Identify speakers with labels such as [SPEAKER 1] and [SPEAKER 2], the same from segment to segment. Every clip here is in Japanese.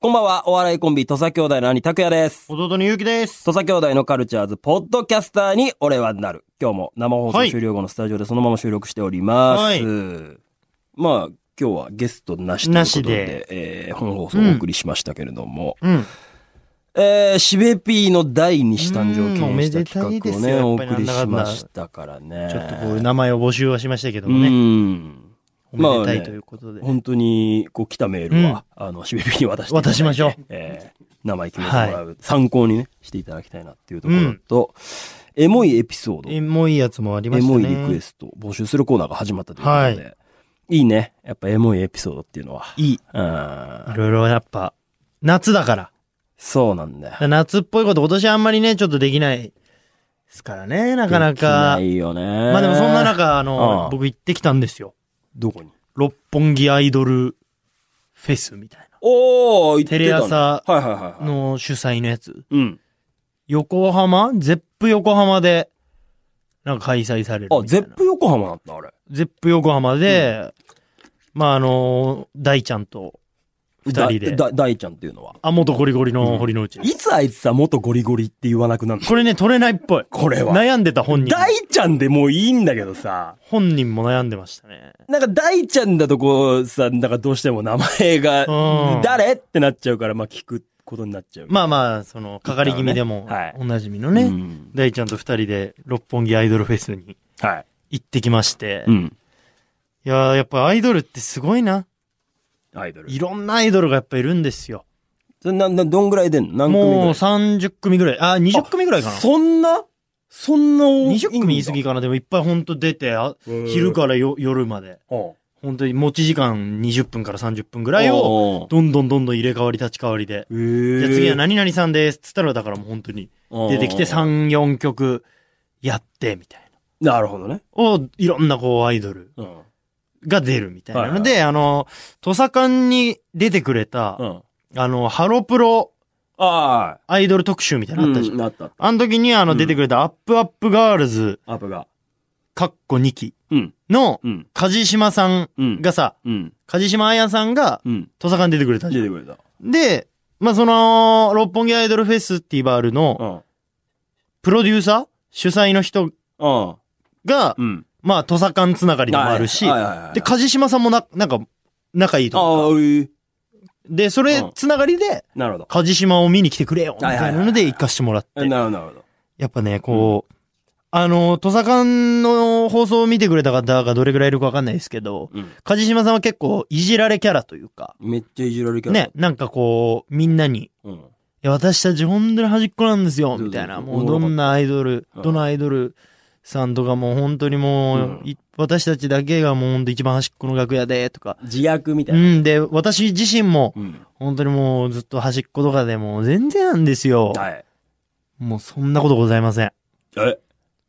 [SPEAKER 1] こんばんは、お笑いコンビ、土佐兄弟の兄、拓也です。
[SPEAKER 2] 弟のゆうきです。
[SPEAKER 1] 土佐兄弟のカルチャーズ、ポッドキャスターに俺はなる。今日も生放
[SPEAKER 2] は
[SPEAKER 1] 送
[SPEAKER 2] い
[SPEAKER 1] 終了後のスタジオでそのまま収録しております。
[SPEAKER 2] はい
[SPEAKER 1] まあ、今日はゲストなしということで、
[SPEAKER 2] なし
[SPEAKER 1] えー本放送をお送りしましたけれども、
[SPEAKER 2] うん。
[SPEAKER 1] えー、しべぴーの第二子誕生記
[SPEAKER 2] うんお
[SPEAKER 1] 念
[SPEAKER 2] め
[SPEAKER 1] し
[SPEAKER 2] で
[SPEAKER 1] た
[SPEAKER 2] た
[SPEAKER 1] 企
[SPEAKER 2] いで
[SPEAKER 1] 画を
[SPEAKER 2] すよ
[SPEAKER 1] ね、お
[SPEAKER 2] やっぱり
[SPEAKER 1] 送りし
[SPEAKER 2] なんだかん
[SPEAKER 1] ま
[SPEAKER 2] だ
[SPEAKER 1] したからね。
[SPEAKER 2] ちょっとこう、名前を募集はしましたけども
[SPEAKER 1] う
[SPEAKER 2] ね。
[SPEAKER 1] ん。
[SPEAKER 2] おめで
[SPEAKER 1] まあ
[SPEAKER 2] た
[SPEAKER 1] ね
[SPEAKER 2] いということで。
[SPEAKER 1] 本当に、こう来たメールは、あの、しべぴーに渡していただいて
[SPEAKER 2] 渡しましょう。
[SPEAKER 1] えー名前決めてもらう、参考にね、していただきたいなっていうところと、エモいエピソード、
[SPEAKER 2] エモいやつもありま
[SPEAKER 1] エ
[SPEAKER 2] した
[SPEAKER 1] モ
[SPEAKER 2] ね。
[SPEAKER 1] いリクエストを募集するコーナーが始まったということで、、
[SPEAKER 2] はい
[SPEAKER 1] いね。やっぱエモいエピソードっていうのは。
[SPEAKER 2] いい。
[SPEAKER 1] うん
[SPEAKER 2] いろいろやっぱ、夏だから。
[SPEAKER 1] そうなんだよ。
[SPEAKER 2] 夏っぽいこと今年あんまりね、ちょっとできないですからね、なかなか。
[SPEAKER 1] できないよね。
[SPEAKER 2] ま
[SPEAKER 1] ま
[SPEAKER 2] あでもそんな、中、あの
[SPEAKER 1] ああ、
[SPEAKER 2] 僕行ってきたんですよ。
[SPEAKER 1] どこに
[SPEAKER 2] 六本木アイドルフェスみたい
[SPEAKER 1] おー、言ってた、
[SPEAKER 2] テレ朝
[SPEAKER 1] はいはいはい、
[SPEAKER 2] な。
[SPEAKER 1] はい。
[SPEAKER 2] の主催のやつ。
[SPEAKER 1] うん。
[SPEAKER 2] 横浜ゼップ横浜で、なんか開催されるみたい
[SPEAKER 1] あゼ
[SPEAKER 2] な。、
[SPEAKER 1] ップ横浜だった、あれ。
[SPEAKER 2] ゼップ横浜で、まああのー大ちゃんと二人
[SPEAKER 1] だ、
[SPEAKER 2] で。
[SPEAKER 1] だ大ちゃんっていうのは。
[SPEAKER 2] あ、元ゴリゴリの堀之内です、
[SPEAKER 1] いつあいつさ、元ゴリゴリって言わなくなるの
[SPEAKER 2] これね、取れないっぽい。
[SPEAKER 1] これは。
[SPEAKER 2] 悩んでた本人。
[SPEAKER 1] 大ちゃんでもういいんだけどさ。
[SPEAKER 2] 本人も悩んでましたね。
[SPEAKER 1] なんか大ちゃんだとこうさ、なんかどうしても名前が
[SPEAKER 2] うん、
[SPEAKER 1] 誰ってなっちゃうから、まあ聞くことになっちゃう。
[SPEAKER 2] まあまあ、その、かかり気味でも、
[SPEAKER 1] はい
[SPEAKER 2] おなじみの
[SPEAKER 1] あ
[SPEAKER 2] ね、
[SPEAKER 1] うん、
[SPEAKER 2] 大ちゃんと二人で六本木アイドルフェスに
[SPEAKER 1] はい。
[SPEAKER 2] 行ってきまして。
[SPEAKER 1] う
[SPEAKER 2] い
[SPEAKER 1] ん。
[SPEAKER 2] やーやっぱアイドルってすごいな。
[SPEAKER 1] アイドル。
[SPEAKER 2] いろんなアイドルがやっぱいるんですよ。
[SPEAKER 1] それな、な、どんぐらい出んの何組ぐらい
[SPEAKER 2] もう30組ぐらい。あ、20組ぐらいかな。
[SPEAKER 1] そんなそんな多い
[SPEAKER 2] 20組言い過ぎかな。でもいっぱいほんと出て、あ昼
[SPEAKER 1] ら。
[SPEAKER 2] からよ夜まで。
[SPEAKER 1] うん
[SPEAKER 2] 本当に持ち時間20分から30分ぐらいを、どんどんどんどん入れ替わり立ち替わりで。
[SPEAKER 1] うんへえ
[SPEAKER 2] じゃあ次は何々さんですっつったら、だからもう本当に出てきて。
[SPEAKER 1] うん
[SPEAKER 2] 3、4曲やって、みたいな。
[SPEAKER 1] なるほどね。
[SPEAKER 2] を、いろんなこうアイドル
[SPEAKER 1] うん。
[SPEAKER 2] が出るみたいなの
[SPEAKER 1] は
[SPEAKER 2] で、あの、土佐館に出てくれ
[SPEAKER 1] う
[SPEAKER 2] た、
[SPEAKER 1] ん。
[SPEAKER 2] あの、ハロプロ
[SPEAKER 1] あ
[SPEAKER 2] アイドル特集みたい
[SPEAKER 1] あ。
[SPEAKER 2] なのあったじゃん。
[SPEAKER 1] なった。
[SPEAKER 2] あの時にあ
[SPEAKER 1] う
[SPEAKER 2] の
[SPEAKER 1] ん
[SPEAKER 2] 出てくれたアップアップガールズ、
[SPEAKER 1] アップが。
[SPEAKER 2] かっこ2期
[SPEAKER 1] うん。
[SPEAKER 2] の、
[SPEAKER 1] うん。
[SPEAKER 2] 梶島さん
[SPEAKER 1] うん。
[SPEAKER 2] がさ、
[SPEAKER 1] うん。
[SPEAKER 2] 梶島彩さんが
[SPEAKER 1] うん。
[SPEAKER 2] 土佐館に出てくれたじゃ
[SPEAKER 1] 出
[SPEAKER 2] ん
[SPEAKER 1] てくれた。
[SPEAKER 2] で、まあ、その、六本木アイドルフェスティバル
[SPEAKER 1] ん。
[SPEAKER 2] の、プロデューサー主催の人
[SPEAKER 1] うん。
[SPEAKER 2] が、
[SPEAKER 1] うん。
[SPEAKER 2] まあ、土佐館つながりでもあるし、
[SPEAKER 1] はいはいはいはい
[SPEAKER 2] で、梶島さんもな、なんか、仲いい
[SPEAKER 1] ああ、
[SPEAKER 2] と。
[SPEAKER 1] うい
[SPEAKER 2] で、そ
[SPEAKER 1] うん
[SPEAKER 2] れ、つながりで、
[SPEAKER 1] なるほど。
[SPEAKER 2] 梶島を見に来てくれよ、みたいなので行かしてもらっ
[SPEAKER 1] え
[SPEAKER 2] て。
[SPEAKER 1] なるほど、なるほど。
[SPEAKER 2] やっぱね、こう、あの、土佐館の放送を見てくれた方がどれぐらいいるかわかんないですけど、
[SPEAKER 1] うん。
[SPEAKER 2] 梶島さんは結構いじられキャラというか、
[SPEAKER 1] めっちゃいじられるキャラ。
[SPEAKER 2] ね、。なんかこう、みんなに、
[SPEAKER 1] うん。
[SPEAKER 2] いや、私たち本当に端っこなんです
[SPEAKER 1] そう
[SPEAKER 2] よ、
[SPEAKER 1] そう
[SPEAKER 2] みたいな。
[SPEAKER 1] そう
[SPEAKER 2] もうどんなアイドル
[SPEAKER 1] うん、
[SPEAKER 2] どのアイドルさんとかもう本当にもう
[SPEAKER 1] うん、
[SPEAKER 2] い私たちだけがもう本当一番端っこの楽屋で、とか。
[SPEAKER 1] 自虐みた
[SPEAKER 2] う
[SPEAKER 1] いな。
[SPEAKER 2] ん、で、私自身も、
[SPEAKER 1] うん。
[SPEAKER 2] 本当にもうずっと端っことかでもう全然なんですよ。
[SPEAKER 1] はい。
[SPEAKER 2] もうそんなことございません。
[SPEAKER 1] え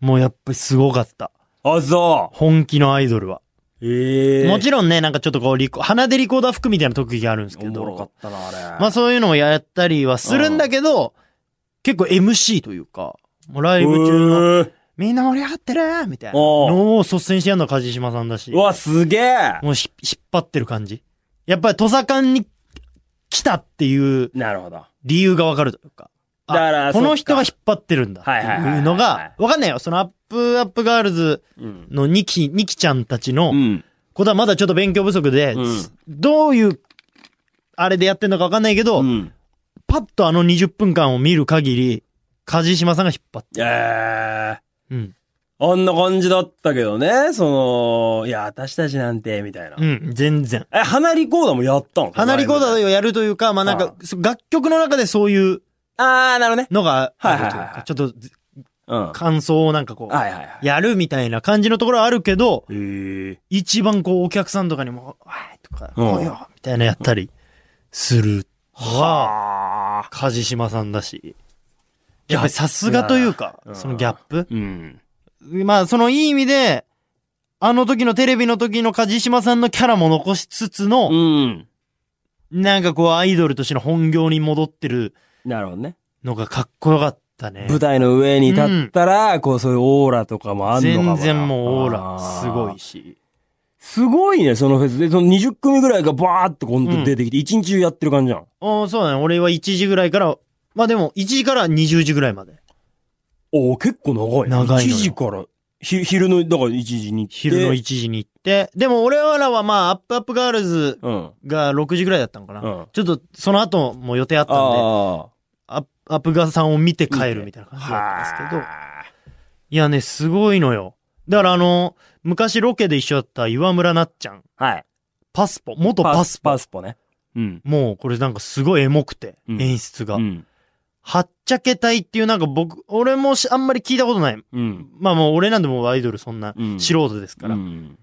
[SPEAKER 2] もうやっぱりすごかった。
[SPEAKER 1] あ、そ
[SPEAKER 2] 本気のアイドルは。
[SPEAKER 1] うええ。
[SPEAKER 2] もちろんね、なんかちょっとこうリコ、鼻でリコーダー吹くみたいな特技があるんですけ
[SPEAKER 1] おもろかった
[SPEAKER 2] ど、
[SPEAKER 1] な、あれ。
[SPEAKER 2] まあそういうのをやったりはするんだけど、結構 MC というか、もうライブ中
[SPEAKER 1] う
[SPEAKER 2] の、
[SPEAKER 1] ー
[SPEAKER 2] みんな盛り上がってるみたいな
[SPEAKER 1] おう
[SPEAKER 2] のを率先してやるのは梶島さんだし。
[SPEAKER 1] うわ、すげえ
[SPEAKER 2] もうひ引っ張ってる感じ。やっぱり土佐館に来たっていう
[SPEAKER 1] なるほど。
[SPEAKER 2] 理由がわかるというか。あ
[SPEAKER 1] だからそ
[SPEAKER 2] こ
[SPEAKER 1] っ
[SPEAKER 2] の
[SPEAKER 1] か
[SPEAKER 2] 人が引っ張ってるんだっていうの
[SPEAKER 1] はいはいはいはい
[SPEAKER 2] が、わかんないよ。そのアップアップガールズ
[SPEAKER 1] うん。
[SPEAKER 2] のニキ、ニキちゃんたちの
[SPEAKER 1] うん。
[SPEAKER 2] ことはまだちょっと勉強不足で、
[SPEAKER 1] うん
[SPEAKER 2] どういう、あれでやってんのかわかんないけど、
[SPEAKER 1] うん。
[SPEAKER 2] パッとあの20分間を見る限り、梶島さんが引っ張って
[SPEAKER 1] ええ。
[SPEAKER 2] る。うん。
[SPEAKER 1] あんな感じだったけどね。その、いや、私たちなんて、みたいな
[SPEAKER 2] う。ん、全然。
[SPEAKER 1] え、花リコーダーもやったん
[SPEAKER 2] 花リコーダーをやるというか、まあなん
[SPEAKER 1] あ
[SPEAKER 2] か、そ楽曲の中でそういう
[SPEAKER 1] ああ、なるほどね。
[SPEAKER 2] のがあるとい
[SPEAKER 1] は
[SPEAKER 2] う
[SPEAKER 1] いはいはいは
[SPEAKER 2] か
[SPEAKER 1] い、
[SPEAKER 2] ちょっとず
[SPEAKER 1] うん。は
[SPEAKER 2] 感想をなんかこ
[SPEAKER 1] いは
[SPEAKER 2] う、
[SPEAKER 1] いはい。
[SPEAKER 2] やるみたいな感じのところはあるけど、
[SPEAKER 1] ええ。
[SPEAKER 2] 一番こうお客さんとかにも、わーいとか、
[SPEAKER 1] うん
[SPEAKER 2] 来いよみたいなやったりするのは、
[SPEAKER 1] はあ。
[SPEAKER 2] 梶島さんだし、やっぱりさすがというか
[SPEAKER 1] う、ん
[SPEAKER 2] そのギャップ。
[SPEAKER 1] うん。
[SPEAKER 2] まあそのいい意味で、あの時のテレビの時の梶島さんのキャラも残しつつの、
[SPEAKER 1] うん。
[SPEAKER 2] なんかこうアイドルとしての本業に戻ってる
[SPEAKER 1] なるほどね。
[SPEAKER 2] のがかっこよかったね。
[SPEAKER 1] 舞台の上に立ったら、こうそういうオーラとかもあんのかもな
[SPEAKER 2] 全然もうオーラすごい。し。
[SPEAKER 1] すごいね、そのフェスで。その20組ぐらいがバーって今
[SPEAKER 2] うん
[SPEAKER 1] 度出てきて、一日中やってる感じじゃん。
[SPEAKER 2] ああ、そうだね。俺は1時ぐらいから、まあでも、1時から20時ぐらいまで。
[SPEAKER 1] おお結構長い。
[SPEAKER 2] 長いのよ
[SPEAKER 1] 1時から、ひ、昼の、だから1時に行って。
[SPEAKER 2] 昼の1時に行って。でも俺らはまあ、アップアップガールズ
[SPEAKER 1] うん。
[SPEAKER 2] が6時ぐらいだったのかな。
[SPEAKER 1] うん。あ
[SPEAKER 2] ちょっと、その後も予定あったんで、
[SPEAKER 1] あ。
[SPEAKER 2] アップアップガーさんを見て帰るみたいな感じだったんですけど。いやね、すごいのよ。だからあの、昔ロケで一緒だった岩村なっちゃん。
[SPEAKER 1] はい。
[SPEAKER 2] パスポ、元パスポ。
[SPEAKER 1] パスポね。うん。
[SPEAKER 2] もうこれなんかすごいエモくて、
[SPEAKER 1] うん
[SPEAKER 2] 演出が。
[SPEAKER 1] うん。
[SPEAKER 2] はっちゃけ隊っていうなんか僕、俺もしあんまり聞いたことない。
[SPEAKER 1] うん。
[SPEAKER 2] まあもう俺なんでもアイドルそんな
[SPEAKER 1] うん
[SPEAKER 2] 素人ですから、
[SPEAKER 1] うん。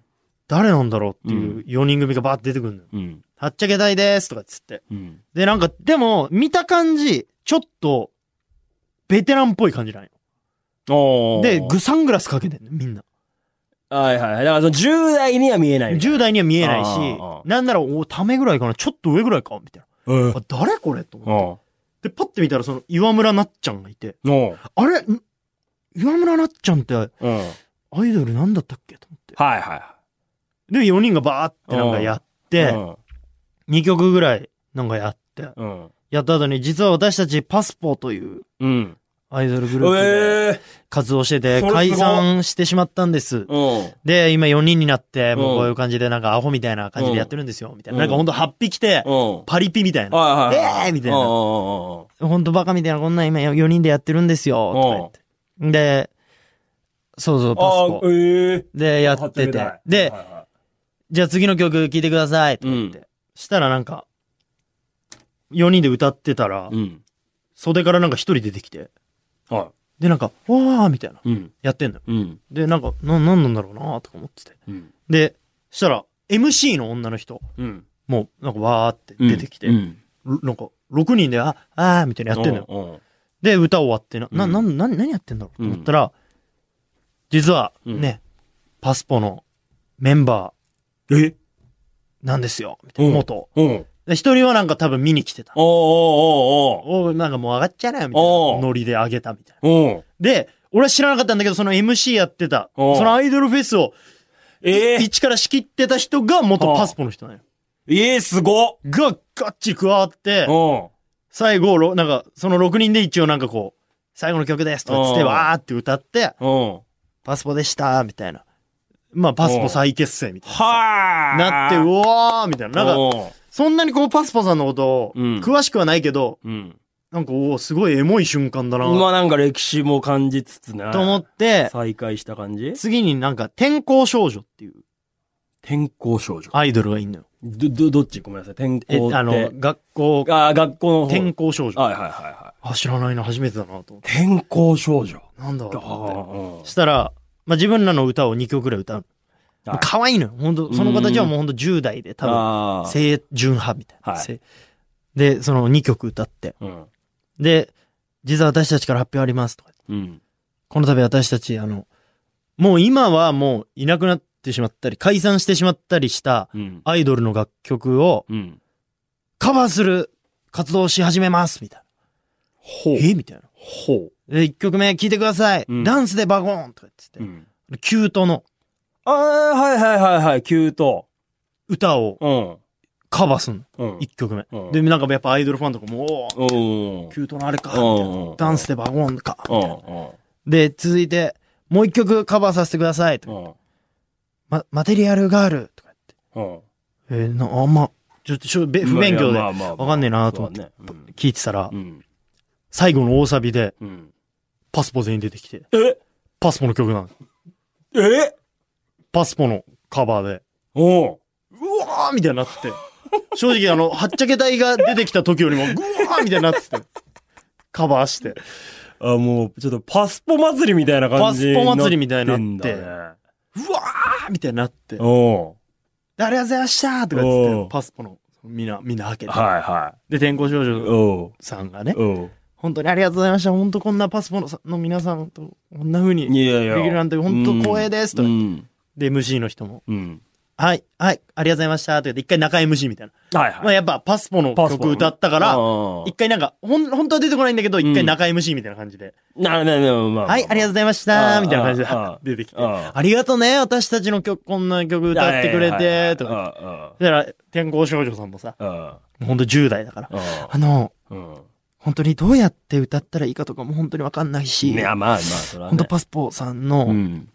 [SPEAKER 2] 誰なんだろうっていうう4人組がバーって出てくるのよ。
[SPEAKER 1] うん。
[SPEAKER 2] はっちゃけ隊ですとかっつって。
[SPEAKER 1] うん。
[SPEAKER 2] で、なんか、でも、見た感じ、ちょっと、ベテランっぽい感じなんよ。
[SPEAKER 1] おー
[SPEAKER 2] で、グサングラスかけてんのよみんな。
[SPEAKER 1] はいはい。だからその10代には見えないみたい
[SPEAKER 2] 10代には見えないし
[SPEAKER 1] あーあ、ー
[SPEAKER 2] なんなら、お、ためぐらいかな、ちょっと上ぐらいか、みたい
[SPEAKER 1] な。うん
[SPEAKER 2] な。あ、誰これと思っ
[SPEAKER 1] お
[SPEAKER 2] て。で、パッて見たら、その、岩村なっちゃんがいて、
[SPEAKER 1] うん。お
[SPEAKER 2] あれ、ん岩村なっちゃんって、ア
[SPEAKER 1] うん。はい
[SPEAKER 2] イドルなんだったっけと思って。
[SPEAKER 1] は
[SPEAKER 2] で、4人がバーってなんかやっ
[SPEAKER 1] い。
[SPEAKER 2] て、2曲ぐらいなんかやって、
[SPEAKER 1] うん。うん。
[SPEAKER 2] やった後に実は私たちパスポという
[SPEAKER 1] うん。
[SPEAKER 2] アイドルグループで
[SPEAKER 1] ええ
[SPEAKER 2] 活動してて
[SPEAKER 1] それすごい
[SPEAKER 2] 解散してしまったんです。
[SPEAKER 1] うん。
[SPEAKER 2] で、今4人になって、もううんこういう感じでなんかアホみたいな感じでやってるんですよ、みたいな。
[SPEAKER 1] うん
[SPEAKER 2] なんかほんと8匹来て、
[SPEAKER 1] うん。
[SPEAKER 2] パリピみたいな。
[SPEAKER 1] はいはいはい。
[SPEAKER 2] えーみたいな
[SPEAKER 1] うんうんうん
[SPEAKER 2] ほんとバカみたいなこんなん今4人でやってるんですよ、とか言って。で、そうそう、パス
[SPEAKER 1] ああ、
[SPEAKER 2] ポ。
[SPEAKER 1] ええ。
[SPEAKER 2] で、やって
[SPEAKER 1] 初め
[SPEAKER 2] て
[SPEAKER 1] だ。
[SPEAKER 2] で
[SPEAKER 1] は、いはい
[SPEAKER 2] じゃあ次の曲聴いてください、とか言って。
[SPEAKER 1] う
[SPEAKER 2] したらなんか、4人で歌ってたら、
[SPEAKER 1] うん。
[SPEAKER 2] 袖からなんか1人出てきて、
[SPEAKER 1] は
[SPEAKER 2] で、なんか、わーみたいな、
[SPEAKER 1] い。うん。
[SPEAKER 2] やってんのよ。
[SPEAKER 1] うん。
[SPEAKER 2] で、なんか、な、なんなんだろうなとか思ってて。
[SPEAKER 1] うん。
[SPEAKER 2] で、したら、MC の女の人、
[SPEAKER 1] うん。
[SPEAKER 2] もう、なんか、わーって出てきて、
[SPEAKER 1] うん。
[SPEAKER 2] なんか、6人で、あ、あーみたいなやってんのよ。
[SPEAKER 1] よ。
[SPEAKER 2] で、歌終わってな、な、
[SPEAKER 1] うん
[SPEAKER 2] な、な、何やってんだろうと思ったら、実は、ね、パスポのメンバ
[SPEAKER 1] え
[SPEAKER 2] ーなんですよ、みたいな、
[SPEAKER 1] うん
[SPEAKER 2] 元。
[SPEAKER 1] うん。
[SPEAKER 2] で一人はなんか多分見に来てた。
[SPEAKER 1] おーおー
[SPEAKER 2] おうなんかもう上がっちゃうなよ、みたい
[SPEAKER 1] お
[SPEAKER 2] な。
[SPEAKER 1] う
[SPEAKER 2] ノリで上げた、みたいな。
[SPEAKER 1] おーおー
[SPEAKER 2] で、俺は知らなかったんだけど、その MC やってた、
[SPEAKER 1] おう
[SPEAKER 2] そのアイドルフェスを、
[SPEAKER 1] ええ
[SPEAKER 2] 一から仕切ってた人が元パスポの人なんよ。
[SPEAKER 1] ええ、すごっ
[SPEAKER 2] が、ガッチリ加わって、
[SPEAKER 1] うん。
[SPEAKER 2] 最後、ろなんか、その6人で一応なんかこう、最後の曲ですとかつって、
[SPEAKER 1] おう
[SPEAKER 2] わーって歌って、
[SPEAKER 1] うん。
[SPEAKER 2] パスポでした、みたいな。まあ、パスポ再結成みたい
[SPEAKER 1] はあ
[SPEAKER 2] な。なって、うわーみたいな。なんか、
[SPEAKER 1] か、
[SPEAKER 2] そんなにこう、パスポさんのことを、
[SPEAKER 1] うん
[SPEAKER 2] 詳しくはないけど、
[SPEAKER 1] うん。
[SPEAKER 2] なんか、おーすごいエモい瞬間だな、
[SPEAKER 1] まあなんか歴史も感じつつな。
[SPEAKER 2] と思って、
[SPEAKER 1] 再会した感じ
[SPEAKER 2] 次になんか、転校少女っていう
[SPEAKER 1] 転校少女。
[SPEAKER 2] アイドルがいんのよ。
[SPEAKER 1] ど、ど、どっちごめんなさい。転
[SPEAKER 2] え、
[SPEAKER 1] 校って。
[SPEAKER 2] あの、学校、
[SPEAKER 1] あ、学校の方。
[SPEAKER 2] 転校少女。
[SPEAKER 1] はいはいはいは
[SPEAKER 2] あ、知らないな、初めてだな、と思って。
[SPEAKER 1] い。転校少女。
[SPEAKER 2] なんだろうと思って。
[SPEAKER 1] あ
[SPEAKER 2] したら、まあ、自分らの歌を2曲ぐらい歌う
[SPEAKER 1] はい
[SPEAKER 2] の。可愛いのよ。本当その形はもう本当10代で多分、
[SPEAKER 1] あー。
[SPEAKER 2] 青純派みたいな。
[SPEAKER 1] はい
[SPEAKER 2] せで、その2曲歌って。
[SPEAKER 1] うん。
[SPEAKER 2] で、実は私たちから発表ありますとか。
[SPEAKER 1] うん。
[SPEAKER 2] この度私たち、あの、もう今はもういなくなってしまったり、解散してしまったりした
[SPEAKER 1] うん。
[SPEAKER 2] アイドルの楽曲を
[SPEAKER 1] うん。
[SPEAKER 2] カバーする活動をし始めますみたい
[SPEAKER 1] ほ
[SPEAKER 2] な。えみたいな。
[SPEAKER 1] ほう。
[SPEAKER 2] で、1曲目聴いてください、
[SPEAKER 1] うん
[SPEAKER 2] ダンスでバゴーンとか言ってて、
[SPEAKER 1] うん。
[SPEAKER 2] キュートの
[SPEAKER 1] ああ、はいはいはいはい。急と。
[SPEAKER 2] 歌を
[SPEAKER 1] うん。
[SPEAKER 2] カバーすんの。
[SPEAKER 1] うん。
[SPEAKER 2] 1曲目。
[SPEAKER 1] うん
[SPEAKER 2] で、なんかやっぱアイドルファンとかも、おー、
[SPEAKER 1] うん。
[SPEAKER 2] キュートのあれか、みたいな
[SPEAKER 1] うん。
[SPEAKER 2] ダンスでバゴンか、
[SPEAKER 1] うん。
[SPEAKER 2] みたいな。で、続いて、もう一曲カバーさせてください、と
[SPEAKER 1] う
[SPEAKER 2] か。
[SPEAKER 1] ん。
[SPEAKER 2] ま、マテリアルガール、とか
[SPEAKER 1] うん。うん。
[SPEAKER 2] 言って。えー、な、あんま、ちょっと、しょべ不勉強で、
[SPEAKER 1] まあ
[SPEAKER 2] わ
[SPEAKER 1] まあまあ
[SPEAKER 2] かんねえなと思って
[SPEAKER 1] そうだね
[SPEAKER 2] 聞いてたら
[SPEAKER 1] う、ん。
[SPEAKER 2] 最後の大サビで、
[SPEAKER 1] うん。
[SPEAKER 2] パスポ全員出てきて、
[SPEAKER 1] え
[SPEAKER 2] パスポの曲なの。
[SPEAKER 1] え
[SPEAKER 2] パスポのカバーで、
[SPEAKER 1] おう
[SPEAKER 2] うわーみたいになってて。正直、あの、はっちゃけ台が出てきた時よりも、ぐわーみたいになってて。カバーして。
[SPEAKER 1] あ、もう、ちょっとパスポ祭りみたいな感じ。
[SPEAKER 2] パスポ祭りみたいになって
[SPEAKER 1] んだね
[SPEAKER 2] うわーみたいになって。
[SPEAKER 1] お
[SPEAKER 2] でありがとうございましたとか言って
[SPEAKER 1] お
[SPEAKER 2] て
[SPEAKER 1] う、
[SPEAKER 2] パスポの、みんな、みんな開け
[SPEAKER 1] う
[SPEAKER 2] て。
[SPEAKER 1] はいは
[SPEAKER 2] で、天候少
[SPEAKER 1] い。
[SPEAKER 2] 女
[SPEAKER 1] お
[SPEAKER 2] さんがね
[SPEAKER 1] う、おう
[SPEAKER 2] 本当にありがとうございました。本当こんなパスポのさの皆さんと、こんな風に
[SPEAKER 1] いやいや。
[SPEAKER 2] できるなんて本当光栄ですと
[SPEAKER 1] うん。
[SPEAKER 2] で、MC の人も、
[SPEAKER 1] うん。
[SPEAKER 2] あはい、はい、ありがとうございました。とか言って、一回中 MC みたいな。
[SPEAKER 1] はい
[SPEAKER 2] まあやっぱパスポの
[SPEAKER 1] パスポ
[SPEAKER 2] 曲歌ったから、一
[SPEAKER 1] い。
[SPEAKER 2] 回なんか、ほん、本当は出てこないんだけど、一
[SPEAKER 1] う
[SPEAKER 2] 回
[SPEAKER 1] ん
[SPEAKER 2] 中 MC みたいな感じで。
[SPEAKER 1] なるなるなるまあ。
[SPEAKER 2] はい、ありがとうございまし
[SPEAKER 1] あ
[SPEAKER 2] た
[SPEAKER 1] あ
[SPEAKER 2] みたいな感じで
[SPEAKER 1] ああああ
[SPEAKER 2] 出てきて。
[SPEAKER 1] あ
[SPEAKER 2] ありがとね、私たちの曲、こんな曲歌ってくれて、とか。
[SPEAKER 1] か。
[SPEAKER 2] だから、天候少女さんもさ、
[SPEAKER 1] うんうん
[SPEAKER 2] ほんと10代だから。あの、
[SPEAKER 1] うん
[SPEAKER 2] 本当にどうやって歌ったらいいかとかも本当にわかんない
[SPEAKER 1] うん。
[SPEAKER 2] し、
[SPEAKER 1] ね、あまあまあ、それは
[SPEAKER 2] 本当
[SPEAKER 1] ね。
[SPEAKER 2] パスポさん
[SPEAKER 1] う
[SPEAKER 2] の、
[SPEAKER 1] ん。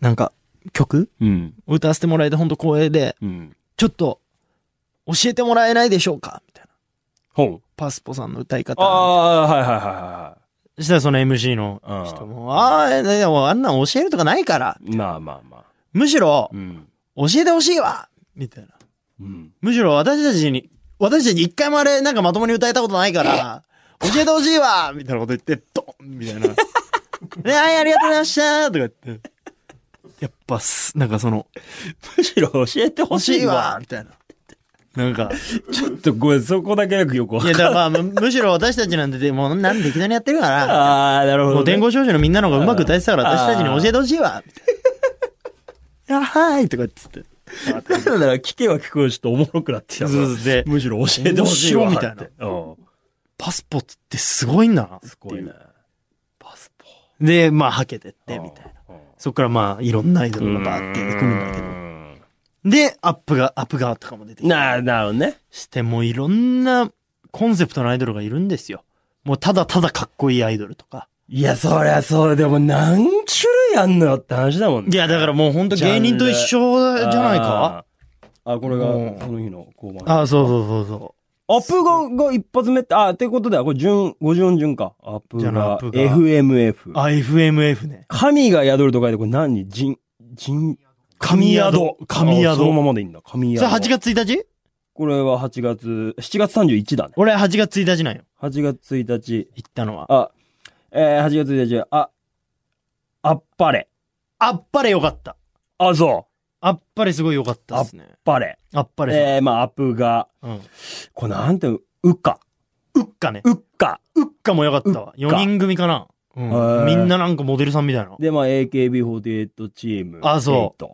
[SPEAKER 2] なんか、曲
[SPEAKER 1] うん。
[SPEAKER 2] 歌わせてもらえて本当光栄で、
[SPEAKER 1] うん。
[SPEAKER 2] ちょっと、教えてもらえないでしょうかみたいな。
[SPEAKER 1] ほう。
[SPEAKER 2] パスポさんの歌い
[SPEAKER 1] あ
[SPEAKER 2] 方。
[SPEAKER 1] あ、はいはいは
[SPEAKER 2] そしたらその MC の
[SPEAKER 1] いはい。
[SPEAKER 2] 人も、ああ、でもあんなん教えるとかないから。
[SPEAKER 1] うん。まあまあまあ。
[SPEAKER 2] むしろ
[SPEAKER 1] う、ん。
[SPEAKER 2] 教えてほしいわみたいな。
[SPEAKER 1] うん。
[SPEAKER 2] むしろ私たちに、私たちに一回もあれ、なんかまともに歌えたことないから、教えてほしいわみたいなこと言って、ドン みたいな。ね、はい、ありがとうございましたとか言って。やっぱす、なんかその、
[SPEAKER 1] むしろ教えてほ
[SPEAKER 2] 欲
[SPEAKER 1] し
[SPEAKER 2] し
[SPEAKER 1] い
[SPEAKER 2] いわ
[SPEAKER 1] わ。
[SPEAKER 2] みたいな。なんか、
[SPEAKER 1] ちょっとごめん、そこだけなんかよくわ
[SPEAKER 2] い
[SPEAKER 1] かんない。
[SPEAKER 2] や、だからまあ、むむしろ私たちなんてで、もうなんで適当にやってるから、
[SPEAKER 1] ああ、なるほどね。
[SPEAKER 2] もう天候少女のみんなの方がうまく歌えてたから、
[SPEAKER 1] あー
[SPEAKER 2] 私たちに教えてほしいわ みたいな。あ、はいとかって言って。
[SPEAKER 1] なんだら聞けば聞くほどちょっとおもろくなってきた。
[SPEAKER 2] そうそうで
[SPEAKER 1] むしろ教えてほしいわ。
[SPEAKER 2] 面白いみたい
[SPEAKER 1] な。う
[SPEAKER 2] パスポってすごいんだな。
[SPEAKER 1] ん。すごいね。パスポ。
[SPEAKER 2] で、まあ、はけてって、みたいな。
[SPEAKER 1] な。
[SPEAKER 2] そっからまあ、いろんなアイドルがバーって出てくるんだけど。で、アップが、アップ側とかも出てきて。
[SPEAKER 1] なあ、なるほどね。
[SPEAKER 2] して、もういろんなコンセプトのアイドルがいるんですよ。もうただただかっこいいアイドルとか。
[SPEAKER 1] いや、そりゃそう、でも何種類あんのよって話だもんね。
[SPEAKER 2] いや、だからもうほんと芸人と一緒じゃないか
[SPEAKER 1] あーあ、これが
[SPEAKER 2] うん、
[SPEAKER 1] この日の交番。
[SPEAKER 2] ああ、そうそうそうそ
[SPEAKER 1] アップが、が一発目って、あ、ってことだよ。これ、順、54順か。アップ
[SPEAKER 2] じゃあア
[SPEAKER 1] が、
[SPEAKER 2] ップが
[SPEAKER 1] FMF
[SPEAKER 2] う。。あ、FMF ね。
[SPEAKER 1] 神が宿ると書いて、これ何人、人、
[SPEAKER 2] 神宿神宿
[SPEAKER 1] あそのままでいいんだ。神
[SPEAKER 2] そ
[SPEAKER 1] 宿。
[SPEAKER 2] れ8月1日
[SPEAKER 1] これは8月、7月31だね。
[SPEAKER 2] 俺8月1日なんよ。
[SPEAKER 1] 8月1日。
[SPEAKER 2] 行ったのは。
[SPEAKER 1] あ、えー、8月1日、あ、あっぱれ。
[SPEAKER 2] あっぱれよかった。
[SPEAKER 1] あ、そう。
[SPEAKER 2] あっぱれすごいよかったですね。
[SPEAKER 1] バレ。
[SPEAKER 2] あっぱれ
[SPEAKER 1] えー、まあ、アップが、
[SPEAKER 2] さん。うん。
[SPEAKER 1] これなんて、うか。
[SPEAKER 2] うっかね。
[SPEAKER 1] うっか。
[SPEAKER 2] うっかもよかったわ。4人組かな。う
[SPEAKER 1] へー
[SPEAKER 2] ん。みんななんかモデルさんみたいな。
[SPEAKER 1] で、まあ、AKB48 チーム。。
[SPEAKER 2] あそう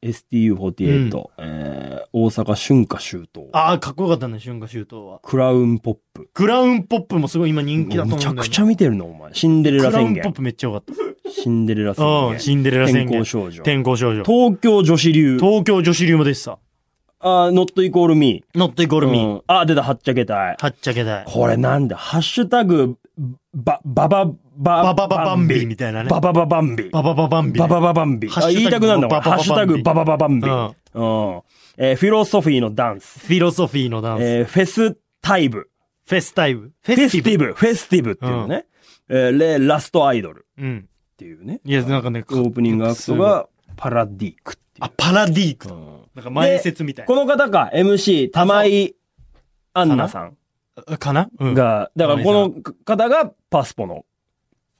[SPEAKER 1] STU48、えー、大阪春夏秋冬。
[SPEAKER 2] ああ、かっこよかったね、春夏秋冬は。
[SPEAKER 1] クラウンポップ。
[SPEAKER 2] クラウンポップもすごい今人気だと
[SPEAKER 1] め
[SPEAKER 2] 思うん
[SPEAKER 1] ち
[SPEAKER 2] だよ
[SPEAKER 1] ゃ
[SPEAKER 2] ね
[SPEAKER 1] くちゃ見てるの、お前。シンデレラ
[SPEAKER 2] クラウ
[SPEAKER 1] 宣
[SPEAKER 2] ンポッ
[SPEAKER 1] 言。
[SPEAKER 2] プめっちゃ良かった。
[SPEAKER 1] シンデレラ宣
[SPEAKER 2] うん、
[SPEAKER 1] 言。
[SPEAKER 2] シンデレラ宣
[SPEAKER 1] 天候
[SPEAKER 2] 言。
[SPEAKER 1] 少女。
[SPEAKER 2] 天候少女。
[SPEAKER 1] 東京女子流。
[SPEAKER 2] 東京女子流も出てさ。
[SPEAKER 1] あー、not equal me。
[SPEAKER 2] ノットイコールミー。
[SPEAKER 1] うんあー、出た、はっちゃけたい。
[SPEAKER 2] はっちゃけたい。
[SPEAKER 1] これなんだ、ハッシュタグ、ば、ばば、ば、
[SPEAKER 2] ババババンビーみたいなね。
[SPEAKER 1] バ
[SPEAKER 2] バ
[SPEAKER 1] バババンビ。
[SPEAKER 2] バババンビ。
[SPEAKER 1] ババババンビ。
[SPEAKER 2] ハッ
[SPEAKER 1] あ、
[SPEAKER 2] シュタ
[SPEAKER 1] 言いた
[SPEAKER 2] グ
[SPEAKER 1] くなるんだ、これ
[SPEAKER 2] バ
[SPEAKER 1] ハ
[SPEAKER 2] バババンビ
[SPEAKER 1] ッシュタグ、ババババンビ。う
[SPEAKER 2] うん
[SPEAKER 1] ん。えーフィロソフィーのダンス。
[SPEAKER 2] フィロソフィーのダンス。
[SPEAKER 1] えーフェスタイブ。
[SPEAKER 2] フェスタイブ。フェ
[SPEAKER 1] フェ
[SPEAKER 2] ステ
[SPEAKER 1] ス
[SPEAKER 2] ィブ。
[SPEAKER 1] ティブ。フェスティブっていうのね。えーレ・ラストアイドルっ
[SPEAKER 2] うん。
[SPEAKER 1] ていうね。
[SPEAKER 2] いや、なんかね、
[SPEAKER 1] オープニングアクトが、パラディークってい
[SPEAKER 2] あ、パラディーク
[SPEAKER 1] う。う
[SPEAKER 2] と。
[SPEAKER 1] ん
[SPEAKER 2] なんか前説みたい
[SPEAKER 1] この方か、MC、玉井アンナさん
[SPEAKER 2] な。かなうん。
[SPEAKER 1] が、だからこの方がパスポの、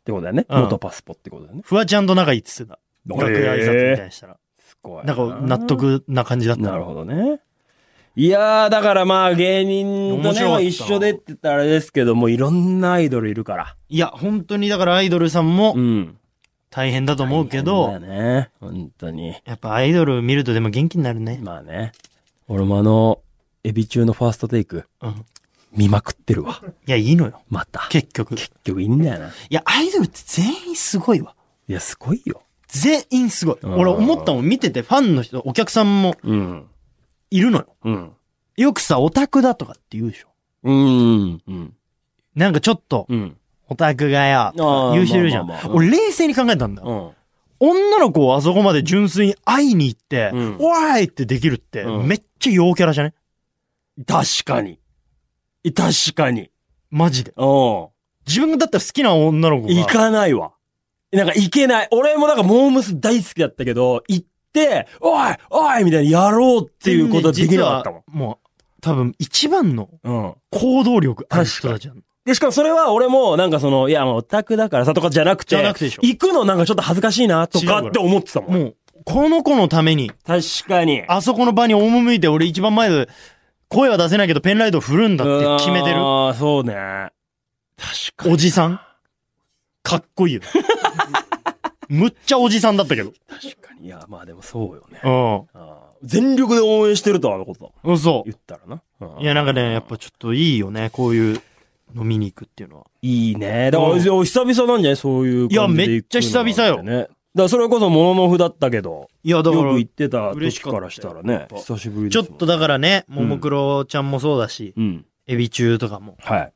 [SPEAKER 1] ってことだよね。
[SPEAKER 2] うん
[SPEAKER 1] 元パスポってことだよね。
[SPEAKER 2] フワちゃんと仲いいっつってた。楽屋挨拶みたいにしたら。
[SPEAKER 1] すごい。
[SPEAKER 2] なんか納。得な感じだった。
[SPEAKER 1] なるほどね。いやー、だからまあ芸人と
[SPEAKER 2] 面白かっ
[SPEAKER 1] ね、
[SPEAKER 2] た
[SPEAKER 1] 一緒でって言ったらあれですけども、いろんなアイドルいるから。
[SPEAKER 2] いや、本当にだからアイドルさんも
[SPEAKER 1] ん。
[SPEAKER 2] 大変だと思うけど、
[SPEAKER 1] 大変だよね。本当に。
[SPEAKER 2] やっぱアイドル見るとでも元気になるね。
[SPEAKER 1] まあね。俺もあの、エビ中のファーストテイク、
[SPEAKER 2] うん。い
[SPEAKER 1] 見まくってるわ。
[SPEAKER 2] や、いいのよ。
[SPEAKER 1] また。結
[SPEAKER 2] 結局。い
[SPEAKER 1] 局いいんだよな。
[SPEAKER 2] や、アイドルって全員すごいわ。
[SPEAKER 1] いや、すごいよ。
[SPEAKER 2] 全員すごい。
[SPEAKER 1] うん
[SPEAKER 2] 俺思ったもん見ててファンの人、お客さんも
[SPEAKER 1] うん。
[SPEAKER 2] いるのよ。
[SPEAKER 1] うん。
[SPEAKER 2] よくさ、オタクだとかって言うでしょ。
[SPEAKER 1] うん。うん。
[SPEAKER 2] なんかちょっと、
[SPEAKER 1] うん。
[SPEAKER 2] オタクがよ、とか言う人いるじゃ
[SPEAKER 1] あーまあまあ
[SPEAKER 2] ん。
[SPEAKER 1] まあ
[SPEAKER 2] 俺冷静に考えたんだよ。
[SPEAKER 1] ん。
[SPEAKER 2] 女の子をあそこまで純粋に会いに行って、
[SPEAKER 1] うん
[SPEAKER 2] おーいってできるって、
[SPEAKER 1] うん
[SPEAKER 2] めっちゃ陽キャラじゃね
[SPEAKER 1] 確かに。確かに。
[SPEAKER 2] マジで。
[SPEAKER 1] うん。
[SPEAKER 2] 自分だったら好きな女の子が。
[SPEAKER 1] 行かないわ。なんか行けない。俺もなんかモームス大好きだったけど、行って、おいおいみたいにやろうっていうことはできなかったもん。
[SPEAKER 2] 実はもう、多分一番の
[SPEAKER 1] うん。
[SPEAKER 2] 行動力ある人たちなん
[SPEAKER 1] で、しかもそれは俺も、なんかその、いや、まあオタクだからさとかじゃなくて、
[SPEAKER 2] じゃなくてでしょ
[SPEAKER 1] 行くのなんかちょっと恥ずかしいなとか
[SPEAKER 2] 違う
[SPEAKER 1] って思ってたもん。
[SPEAKER 2] もう、この子のために、
[SPEAKER 1] 確かに。
[SPEAKER 2] あそこの場に赴いて俺一番前で、声は出せないけどペンライト振るんだって決めてる
[SPEAKER 1] ああ、そうね。確か
[SPEAKER 2] お
[SPEAKER 1] に。
[SPEAKER 2] じさんかっこいい よ。むっちゃおじさんだったけど。
[SPEAKER 1] 確かに。いや、まあでもそうよね。
[SPEAKER 2] う
[SPEAKER 1] あ全力で応援してるとはあのことだもん。
[SPEAKER 2] うん、そ
[SPEAKER 1] 言ったらな。う
[SPEAKER 2] う。いや、なんかね、やっぱちょっといいよね、こういう、飲みに行くっていうのは。
[SPEAKER 1] いいね。だから、
[SPEAKER 2] うん
[SPEAKER 1] 久々なんじゃないそういう感じで行くのなんてね
[SPEAKER 2] いやめっちゃ久々
[SPEAKER 1] ね。だから、それこそ、もののふだったけど、
[SPEAKER 2] いや、だから
[SPEAKER 1] よく行、ってた
[SPEAKER 2] 嬉し
[SPEAKER 1] 時
[SPEAKER 2] かった
[SPEAKER 1] か
[SPEAKER 2] よ
[SPEAKER 1] らしたらね、久しぶり、
[SPEAKER 2] ちょっとだかららね、ももクロちゃんもそうだし、
[SPEAKER 1] うん。
[SPEAKER 2] エビ中とかも、
[SPEAKER 1] はい。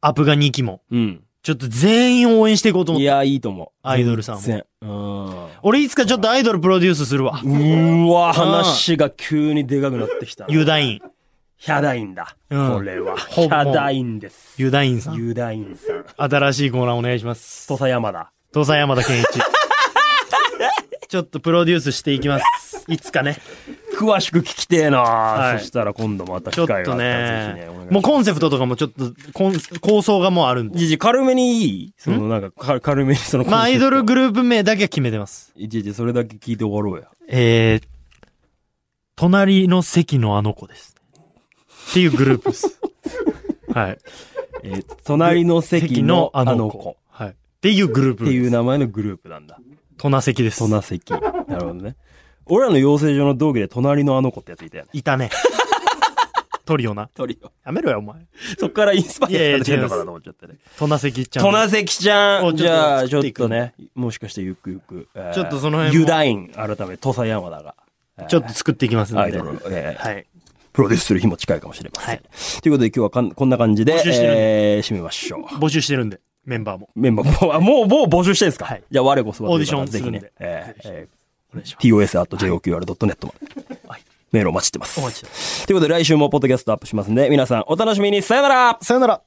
[SPEAKER 2] アプガ2期も、
[SPEAKER 1] うん。
[SPEAKER 2] ちょっと全員応援していこうと思っ
[SPEAKER 1] い
[SPEAKER 2] て。
[SPEAKER 1] や、いいと思う。
[SPEAKER 2] アイドルさんも
[SPEAKER 1] 全然。うん。
[SPEAKER 2] 俺いつかちょっとアイドルプロデュースするわ。
[SPEAKER 1] うーわ、
[SPEAKER 2] うん
[SPEAKER 1] 話が急にでかくなってきた。
[SPEAKER 2] ユダイン。
[SPEAKER 1] ヒャダインだ。
[SPEAKER 2] うん
[SPEAKER 1] これは。ヒ
[SPEAKER 2] ほぼ
[SPEAKER 1] ャダインです。
[SPEAKER 2] ユダインさん。
[SPEAKER 1] ユダインさん。
[SPEAKER 2] 新しいコーナーお願いします。
[SPEAKER 1] 土佐山だ。
[SPEAKER 2] 父さん山田 健一。ちょっとプロデュースしていきます。いつかね。
[SPEAKER 1] 詳しく聞きてえな、
[SPEAKER 2] い
[SPEAKER 1] そしたら今度また
[SPEAKER 2] ちょ
[SPEAKER 1] 機
[SPEAKER 2] っ
[SPEAKER 1] 会があ
[SPEAKER 2] と
[SPEAKER 1] ったらぜひ
[SPEAKER 2] ね
[SPEAKER 1] ねお願いし。ます。
[SPEAKER 2] もうコンセプトとかもちょっと、コン構想がもうあるんで。
[SPEAKER 1] じじ、軽めにいいその、なんかか、軽めにそのコンセプト、
[SPEAKER 2] まあ、アイドルグループ名だけは決めてます。
[SPEAKER 1] じじ、それだけ聞いて終わろうや。
[SPEAKER 2] えー、隣の席のあの子です。っていうグループ です。はい。
[SPEAKER 1] えー隣の席のあの子。
[SPEAKER 2] はい。っていうグループ
[SPEAKER 1] っていう
[SPEAKER 2] です。
[SPEAKER 1] 名前のグループなんだ。
[SPEAKER 2] トナ席です。
[SPEAKER 1] 隣席。なるほどね。俺らの養成所の同期で隣のあの子ってやついたよね。
[SPEAKER 2] いた ね。トリオな。
[SPEAKER 1] トリオ。
[SPEAKER 2] やめろよ、お前。
[SPEAKER 1] そっからインスパイアされてんのか
[SPEAKER 2] いやいや違いま
[SPEAKER 1] な
[SPEAKER 2] す
[SPEAKER 1] と思っちゃってね。
[SPEAKER 2] トナ席ちゃん。
[SPEAKER 1] トナセキちゃ
[SPEAKER 2] を
[SPEAKER 1] ん。
[SPEAKER 2] ち
[SPEAKER 1] じ
[SPEAKER 2] ょっと
[SPEAKER 1] ゃあ、ち
[SPEAKER 2] 作
[SPEAKER 1] ょ
[SPEAKER 2] っ
[SPEAKER 1] って
[SPEAKER 2] いく
[SPEAKER 1] とね、もしかしてゆくゆく、えー
[SPEAKER 2] ちょっとその辺も
[SPEAKER 1] ユダイン、改め、土佐山田が、えー
[SPEAKER 2] ちょっと作っていきますんで。
[SPEAKER 1] アイドルを、えー
[SPEAKER 2] はい。
[SPEAKER 1] プロデュースする日も近いかもしれません。
[SPEAKER 2] はい
[SPEAKER 1] ということで今日はかんこんな感じ
[SPEAKER 2] 募
[SPEAKER 1] で、
[SPEAKER 2] 集してるん
[SPEAKER 1] えー締めましょう。
[SPEAKER 2] 募集してるんで、メンバーも。
[SPEAKER 1] メンバーも、あもう、もう募集してるんですか、
[SPEAKER 2] はい
[SPEAKER 1] じゃあ、我こそはという方
[SPEAKER 2] オ
[SPEAKER 1] は
[SPEAKER 2] ーディションするんで
[SPEAKER 1] ぜひね、え
[SPEAKER 2] お願いし ます。
[SPEAKER 1] tos.joqr.net まで、メールお待ちしてます。
[SPEAKER 2] お待ちして
[SPEAKER 1] ということで、来週もポッドキャストアップしますんで、皆さんお楽しみにさよなら
[SPEAKER 2] さよなら。